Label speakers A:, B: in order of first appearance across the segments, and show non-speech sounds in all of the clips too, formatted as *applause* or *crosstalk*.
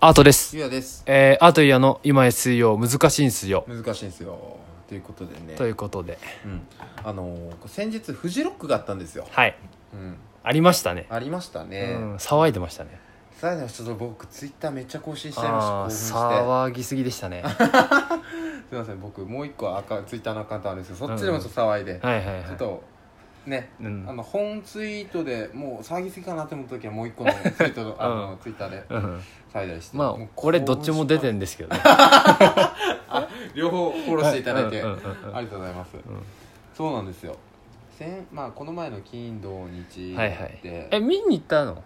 A: アートです。
B: ゆうやです
A: えー、アートイヤの今へ水曜、難しいんすよ。
B: 難しいんですよということでね
A: ということで。
B: うん、あのー先日フジロックがあったんですよ、
A: はい。
B: うん、
A: ありましたね。
B: ありました
A: う
B: ね、
A: ん、騒いでましたね。
B: さらにちょっと僕ツイッターめっちゃ更新しちゃい
A: あ
B: ま
A: ー
B: した興奮
A: 騒ぎすぎでした *laughs* ね。
B: してすいません僕もう一個アカツイッターのアカウントあるんですけどそっちでもちょっと騒いで、
A: はいはいはい。
B: ちょっとね
A: う
B: あ
A: ん。
B: の本ツイートでもう騒ぎすぎかなって思った時はもう一
A: *laughs*
B: 個のツイートのあの、ツイッターで
A: うん、
B: 騒いだりして
A: まあ
B: もう
A: 俺どっちも出て
B: 興奮し
A: んですけどね
B: た両方フォローしていただいて、
A: うんうんうんうん
B: ありがとうございます、
A: ん
B: そうなんですよ先、まあ、この前の金土日で、
A: はいはいえ見に行ったの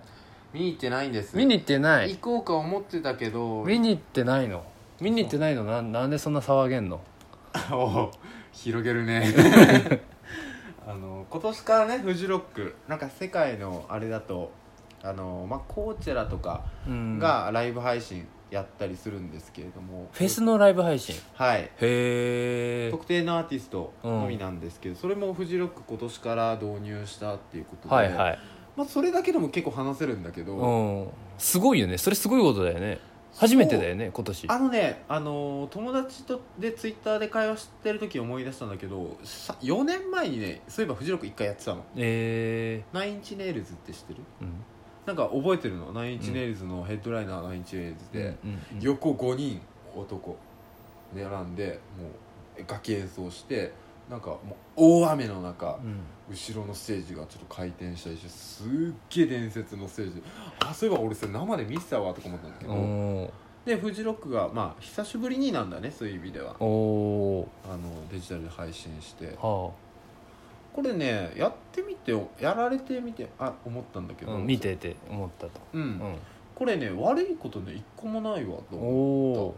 B: 見に行ってないんです
A: 見に行ってない
B: 行こうか思ってたけど
A: 見に行ってないの見に行ってないのなんなんでそんな騒げんの
B: *laughs* お広げ
A: *laughs*
B: るねあの今年からねフジロックなんか世界のあれだとあの、まあ、コーチェラとか
A: うん
B: がライブ配信やったりするんですけれども、
A: フェスのライブ配信
B: はい
A: へえ
B: 特定のアーティストのみなんですけど、それもフジロック今年から導入したっていうことで、
A: はいはい
B: まあ、それだけでも結構話せるんだけど、
A: うんすごいよねそれすごいことだよね初めてだよね今年
B: あのね、あのー友達とでツイッターで会話してる時思い出したんだけどさ4年前にねそういえばフジロック1回やってたの
A: え
B: ナインチネイルズって知ってる
A: ーうん
B: なんか覚えてるのナインチネイルズのヘッドライナーナインチネイルズで、
A: うんうん
B: 横5人男で選んでもう楽器演奏してなんかもう大雨の
A: う
B: 中
A: ん
B: 後ろのステージがちょっと回転したりしてすっげえ伝説のステージあそういえば俺それ生で見てたわとか思ったんだけど、
A: お
B: でフジロックがまあ久しぶりになんだねそういう意味では
A: ーお
B: あのデジタルで配信し
A: ー
B: て
A: は
B: これねやってみてやられてみてあ思ったんだけ
A: あ、
B: ど、
A: うん、見てて思ったと、
B: うん、
A: う
B: これね悪いことね一個もないわと
A: ん、お
B: 思った
A: お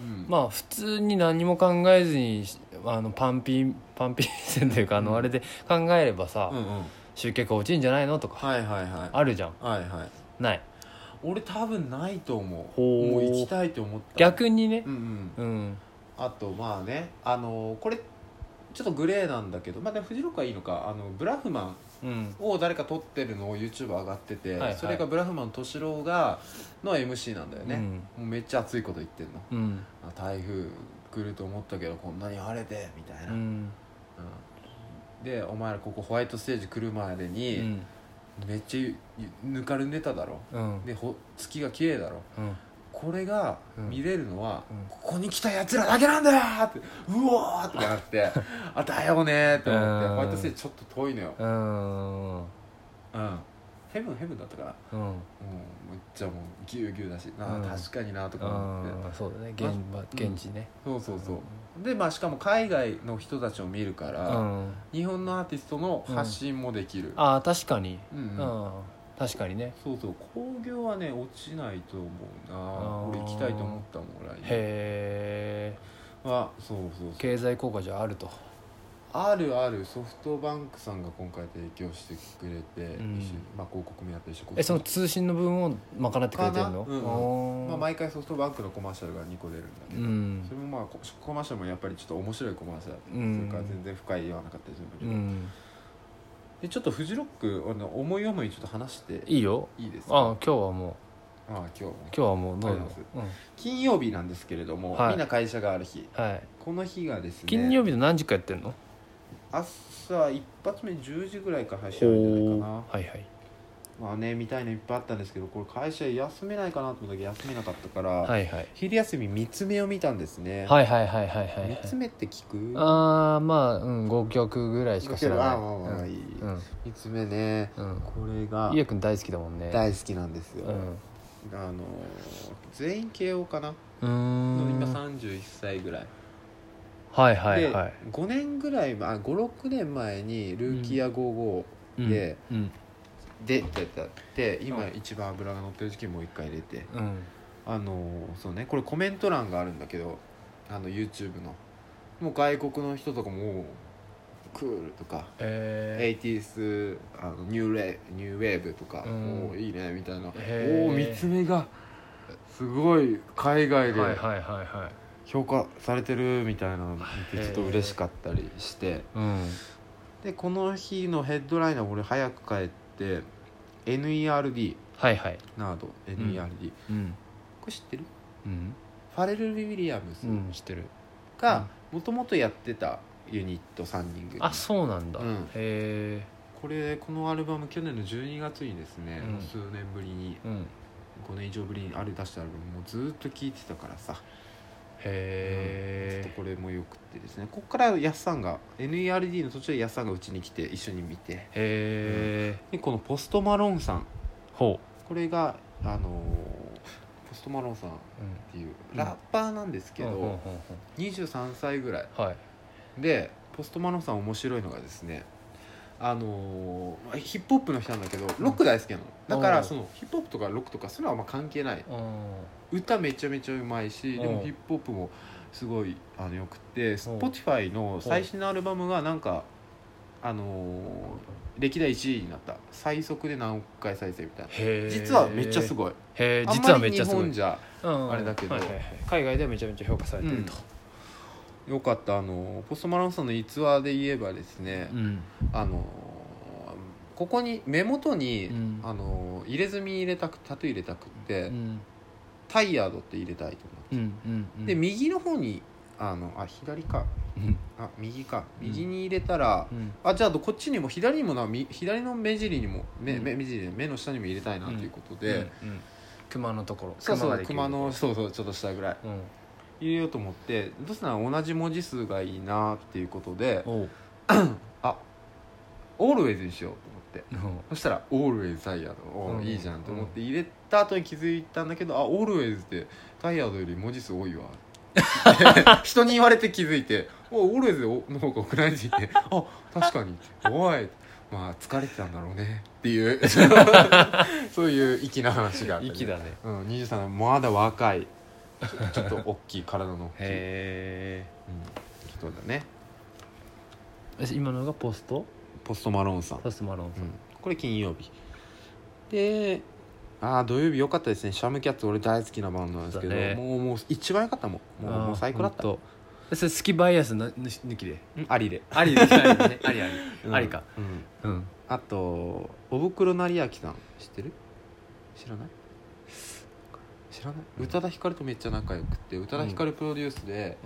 B: うん
A: まあ普通に何も考えずにあのパンピンパンピン線というかあ
B: う
A: の
B: ん
A: あれで考えればさ、
B: うんうん
A: 集客落ちんじゃないのとか
B: はいはいはい
A: あるじゃん
B: はいはい
A: ない
B: 俺多分ないと思う
A: ほう
B: もう行きたいと思った
A: 逆にね
B: うんうん
A: うん
B: あとまあねあのこれちょっとグレーなんだけどまあでもフジロックはいいのかあのブラフマ
A: う
B: ン
A: ん
B: を誰か撮ってるのを YouTube 上がってて、
A: はいはい
B: それがブラフマン敏郎がの MC なんだよね、もうめっちゃ熱いこと言ってんの
A: うんうん
B: あ台風来ると思ったけどこんなに晴れてみたいな、
A: う
B: うん
A: ん
B: でお前らここホワイトステージ来るまで
A: う
B: に、
A: ん
B: めっちゃぬかるんでただろ
A: うん
B: でほ月が綺麗だろ
A: うん
B: これが
A: うん
B: 見れるのは、
A: うん
B: ここに来たやつらだけなんだよってうおーってなって
A: *laughs*
B: あだよねーって思って
A: うん
B: ホワイトステージちょっと遠いのよ、
A: うん
B: うん、ヘブンヘブンだったかな
A: うん
B: うんめっちゃもうぎゅうぎゅうだしなあ、
A: うん
B: 確かになとか思って
A: あーそうだね現場現地ね
B: そうそうそう、でまあしかも海外の人たちを見るか
A: う
B: ら、
A: ん
B: 日本のアーティストの発信もできる、
A: ああ確かに
B: うんう
A: うんん確かにね
B: そうそう興行はね落ちないと思うな
A: あー
B: 俺行きたいと思ったもん来年
A: へえ
B: はそうそうそう
A: 経済効果じゃあると
B: あるあるソフトバンクさんが今回提供してくれて、
A: うん
B: 一緒にまあ、広告もやってるし
A: えその通信の分を賄ってくれてるの
B: かなうん
A: おー
B: まあ、毎回ソフトバンクのコマーシャルが2個出るんだけど、
A: うん
B: それもまあこコマーシャルもやっぱりちょっと面白いコマーシャルだったり
A: うん
B: それから全然深い言わなかったりするんだけ
A: う
B: ど、
A: ん
B: でちょっとフジロックあの思い思いちょっと話して
A: いいよ
B: いいですか
A: ああ今日はもう
B: あ今日も
A: 今日はもうどう
B: あり
A: ぞ
B: がと
A: う
B: う
A: ん
B: 金曜日なんですけれども、
A: はい
B: みんな会社がある日
A: はい
B: この日がですね
A: 金曜日の何時かやってんの
B: 朝一発目10時ぐらいから配信あるんじゃない
A: お
B: かな
A: ーはいはい
B: まあね見たいのいっぱいあったんですけどこれ会社休めないかなと思ったけど休めなかったから、
A: はいはい
B: 昼休み三つ目を見たんですね、
A: はいはいはいはいはいはい
B: 三つ目って聞く
A: ああまあうん5曲ぐらいしか知らない
B: あまあまあまあいい
A: うん
B: 三つ目ね
A: うんうん
B: これが
A: ゆうやくん大好きだもんね
B: 大好きなんですよ、
A: うん
B: あのー全員慶応かな、
A: うーん
B: 今31歳ぐらい
A: はいはいはい
B: で5年ぐらい前56年前に「ルーキーア55」
A: うん
B: で
A: うん
B: でってやってあって今
A: うん
B: 一番脂が乗ってる時期もう一回入れて
A: うん
B: あのーそうねこれコメント欄があるんだけどあの YouTube のもう外国の人とかも「クール」とか「
A: え
B: 80s あのニューレニューウェーブ」とか
A: う
B: 「
A: ん
B: おーいいね」みたいなお
A: へー
B: おー三つ目がすごい海外
A: ーはい
B: で
A: はいはいはい
B: 評価されてるみたいなの見てちょっと
A: へー
B: 嬉しかったりして。
A: うん
B: でこの日のヘッドライナー俺早く帰って NERD
A: はいはい
B: ナード NERD、こ
A: うん
B: れ知ってる
A: うん
B: ファレル・ウィリアムス
A: うん知ってる
B: がもともとやってたユニット3人組
A: あそうなんだ、
B: うん
A: へ
B: これこのアルバム去年の12月にですね、
A: うん
B: 数年ぶりに
A: えうんへ
B: 5年以上ぶりにあれ出したアルバムもうずっと聴いてたからさ、ちょっ
A: え
B: とこれもよくってですねここからやっさんが NERD の途中でやっさんがうちに来て一緒に見て
A: へえ
B: でこのポストマローンさん
A: ほ
B: これがあのーポストマローンさんっ
A: ううん
B: ていう
A: うん
B: ラッパーなんですけど、
A: うんうんうん
B: 23歳ぐらい
A: うんはい
B: でポストマローンさん面白いのがですねあのーヒップホップの人なんだけどロック大好きなの、だか
A: う
B: ら
A: ん
B: そのヒップホップとかロックとかそういうのはあんま関係ない
A: うん
B: 歌めちゃめちゃうまいしで
A: うん
B: もヒップホップもすごいあのよくて Spotify の
A: ん
B: 最新のアルバムがなんかあのー歴代1位になった最速で何億回再生みたいな
A: へえ
B: 実はめっちゃす
A: い
B: ごい
A: へえ
B: あん
A: 実は
B: ま
A: めっ
B: り
A: ち
B: 日
A: ゃすごい
B: 本じゃ
A: うん
B: あれだけど
A: はいはいはい海外ではめちゃめちゃ評価されてると
B: よかったあのーポストマロンさんの逸話で言えばですね
A: うん
B: あのーここに目元に、
A: うん
B: あのー入れ墨入れたくタトゥー入れたくって、
A: うん
B: タイヤードって入れたいと思って
A: うんうんうん
B: で右の方にあのあ左か
A: うん
B: あ右か
A: うん
B: 右に入れたら、
A: うん
B: あじゃあこっちにも左にもなみ左の目尻にも目,、
A: うん
B: 目目尻で目の下にも入れたいなということで、
A: うんうん熊のところ
B: そうそう
A: が
B: 熊
A: できるところ
B: のそうそうちょっと下ぐらい
A: うん
B: 入れようと思ってどうせなら同じ文字数がいいなっていうことで
A: おう
B: あオールウェイズにしようと思って
A: うん
B: そしたら「オールウェイズタイヤード」
A: う
B: お
A: ん
B: いいじゃんと思って入れた後に気づいたんだけど「あオールウェイズってタイヤードより文字数多いわ」 *laughs* 人に言われて気づいて「おオールウェイズの方が多くない?」って言って「あ確かに」おいまあ疲れてたんだろうね」っていう *laughs* そういう粋な話があったね
A: 息だね
B: うん、23歳まだ若いちょちょっと大きい体の大きい、うん、
A: へ
B: 人だね
A: え今のがポスト
B: ポストマローンさん
A: ポストマロン
B: うん、これ金曜日でああ土曜日良かったですねシャムキャッツ俺大好きなバンドなんですけど、
A: そうだね
B: もうもう一番良かったもんもうもう最高だった
A: ほんとえそれ好きバイアスな抜抜きで
B: うん *laughs* ありで
A: ありでありあり
B: うん
A: ありか
B: うん
A: うん
B: あとおぶくろ成明さん知ってる知らない知らない
A: うん
B: 宇多田ヒカルとめっちゃ仲良くて宇多田ヒカルプロデュースで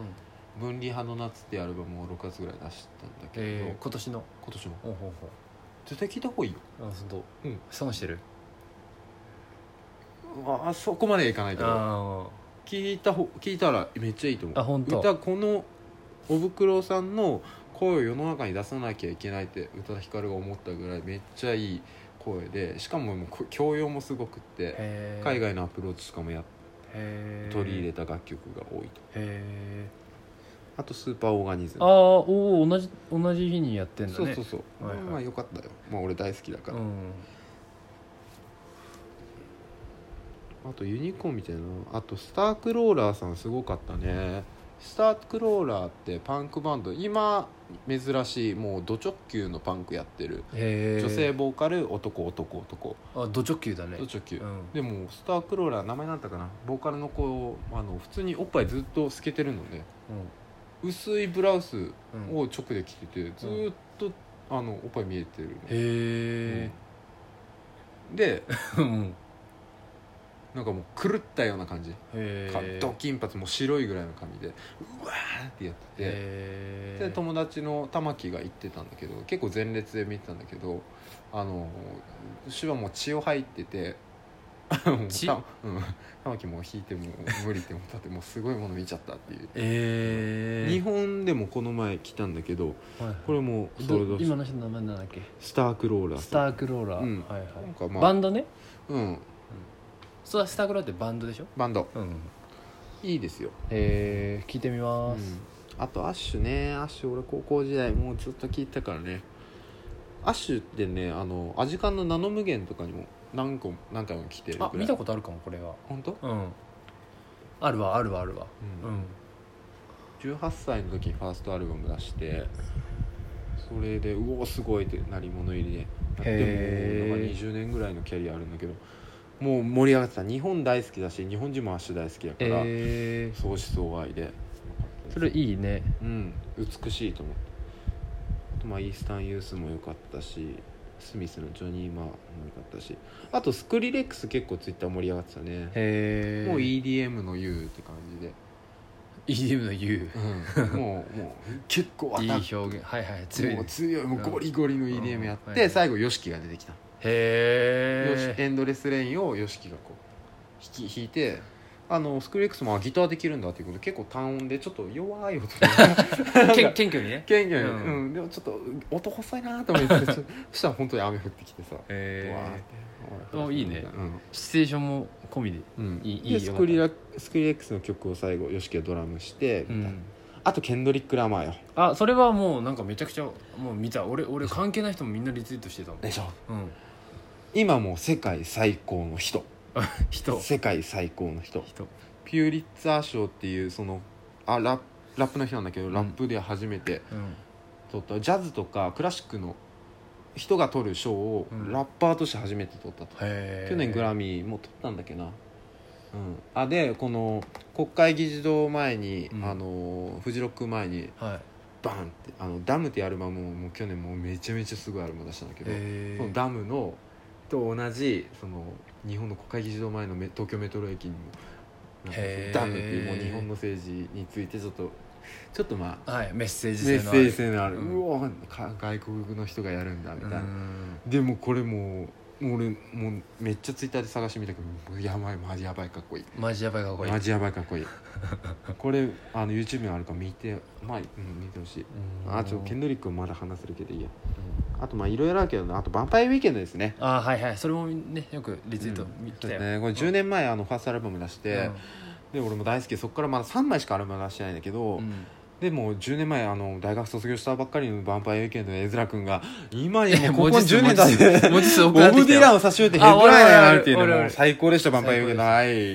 A: うん
B: 「分離派の夏」っていうアルバムを6月ぐらい出したんだけど、
A: えー今年の
B: 今年も
A: ほうほう
B: 絶対聞いた方がいいよ
A: ほうあ本当
B: うん
A: 損してる
B: ああそこまでいかないけど
A: あ
B: 聞いたほ聞いたらめっちゃいいと思う
A: あ本当
B: 歌このおぶくろさんの声を世の中に出さなきゃいけないって宇多田ヒカルが思ったぐらいめっちゃいい声でしかももうこ教養もすごくって
A: へー
B: 海外のアプローチとかもやっ
A: へー
B: 取り入れ
A: へ
B: た楽曲が多いと
A: え
B: あとスーパーオーガニズム
A: ああおお同じ同じ日にやってんだ
B: そう
A: ね
B: そうそう、
A: はいはい
B: まあよかったよまあ俺大好きだから、
A: うん
B: あとユニコーンみたいなのあとスタークローラーさんすごかったねスタークローラーってパンクバンド今珍しいもうド直球のパンクやってる
A: へえ
B: 女性ボーカル男男男
A: あド直球だね
B: ド直球、
A: うん
B: でもスタークローラー名前なんだったかなボーカルの子あの普通におっぱいずっと透けてるので薄いブラウス
A: うんうん
B: を直で着ててずーっと、あのおっぱい見えてるの
A: へ
B: うんで
A: えうん
B: なんかもう狂ったような感じ、
A: へ
B: か
A: え
B: ド金髪もう白いぐらいの髪でうわーってやってて、
A: へ
B: で
A: え
B: 友達の玉木が行ってたんだけど結構前列で見てたんだけどあの手話もう血を吐いててもう
A: *laughs* 血
B: たうん、玉木も引いても無理って思ったってもうすごいもの見ちゃったっていう、
A: え
B: 日本でもこの前来たんだけどこれもソールド
A: 今の人の名前なんだっけ
B: スタークローラー
A: ス
B: さん
A: タークローラー、
B: うん
A: はいはい
B: なんかまあ
A: バンドね
B: うん
A: そうだスタークローラーってバンドでしょ
B: バンド
A: うん
B: いいですよ、
A: えー、聞いてみ
B: う
A: ます、
B: ん、あとアッシュねアッシュ俺高校時代もうずっと聞いてたからねアッシュってねあのアジカンのナノ無限とかにも何個も何回も来てるぐら
A: あ
B: い
A: 見たことあるかもこれは
B: 本当
A: うんあるわあるわあるわ
B: う
A: うんん
B: 18歳の時にファーストアルバム出してそれでうおすごいってなり物入りでやって
A: へー
B: もうなんか20年ぐらいのキャリアあるんだけどもう盛り上がってた日本大好きだし日本人もアッシュ大好きだから、
A: え
B: 相思相愛で
A: ー、それいいね
B: うん美しいと思ってあとまあイースタンユースも良かったしスミスのジョニー・マーも良かったしあとスクリレックス結構ツイッター盛り上がってたね
A: へえ
B: もう EDM の U って感じで、
A: EDM の U
B: もうもう結構
A: い
B: ア
A: い
B: タッ
A: 表現はいはい
B: ク
A: 強い
B: もう
A: ね
B: 強いもうゴリゴリの EDM やって、
A: うんはい
B: 最後 YOSHIKI が出てきた、
A: へ
B: よし
A: え
B: エンドレスレインを YOSHIKI がこう弾き弾いてあのスクリレックスもあギターできるんだっていうことで結構単音でちょっと弱い音で
A: 謙謙虚に
B: *laughs*
A: ね
B: ケンケン、う
A: うん
B: んでもちょっと音細いなと思
A: *laughs*
B: ってちょっとそしたら本当に雨降ってきてさ、わー
A: へ
B: って
A: おいいね
B: うん
A: えシチュエーションも込みで
B: うん、
A: いいいい
B: で
A: よ
B: スクリラスクリレックスの曲を最後 YOSHIKI がドラムして、
A: うん
B: あとケンドリック・ラマーよ
A: あそれはもうなんかめちゃくちゃもう見た俺俺関係ない人もみんなリツイートしてたもん
B: でしょ
A: うん
B: 今もう世界最高の人
A: 人
B: 世界最高の人
A: 人
B: ピューリッツァー賞っていうそのあララップの人なんだけど
A: ん
B: ラップで初めて
A: うん
B: 取った、ジャズとかクラシックの人が取る賞を
A: うん
B: ラッパーとして初めて取ったと、
A: へえ
B: 去年グラミーも取ったんだっけな、うん、あでこの国会議事堂前に、
A: うん
B: あのフジロック前に
A: はい
B: バンってあのダムっていうアルバムをもう去年もうめちゃめちゃすごいアルバム出したんだけど、
A: へ
B: そのダムのと同じその日本の国会議事堂前のメ東京メトロ駅にもなんか
A: へー
B: ダムっていうもう日本の政治についてちょっとちょっとまあ
A: えはいメッセー
B: メ
A: ジ性
B: ッ
A: の
B: セ
A: ある
B: ージ性のある、
A: う
B: うんわか外国の人がやるんだみたいな、
A: うん
B: でもこれもうもう俺もうめっちゃツイッターで探してみたけどもうやばいマジやばいかっこいい
A: マジやばいかこれ
B: マジやばいかっ *laughs* こいいこれあの YouTube にあるから見てまあ、うん、見てほしいあちょっとケンドリックもまだ話せるけどいいやあとまあいろいろあるけどねあと「ヴァンパイアウィーケンド」ですね
A: あはいはいそれもねよくリツイート見た
B: そう
A: よ
B: ですねこれ10年前あのファーストアルバム出して、
A: う
B: で俺も大好きでそこからまだ3枚しかアルバム出してないんだけど、
A: んうん
B: でも10年前あの大学卒業したばっかりの「ヴァンパイアウィーケンド」の絵
A: *laughs*
B: 面君が今にもうここ10年だ
A: 文字数 *laughs*
B: ね
A: 文字数多
B: ボ
A: くなって
B: ブ・
A: きた
B: デ
A: よ
B: ィランを差し置いてヘッドライナーになるっていう
A: あ俺
B: の
A: 俺
B: も
A: 俺
B: 最高でした「ヴァンパイアウィーケンド」はい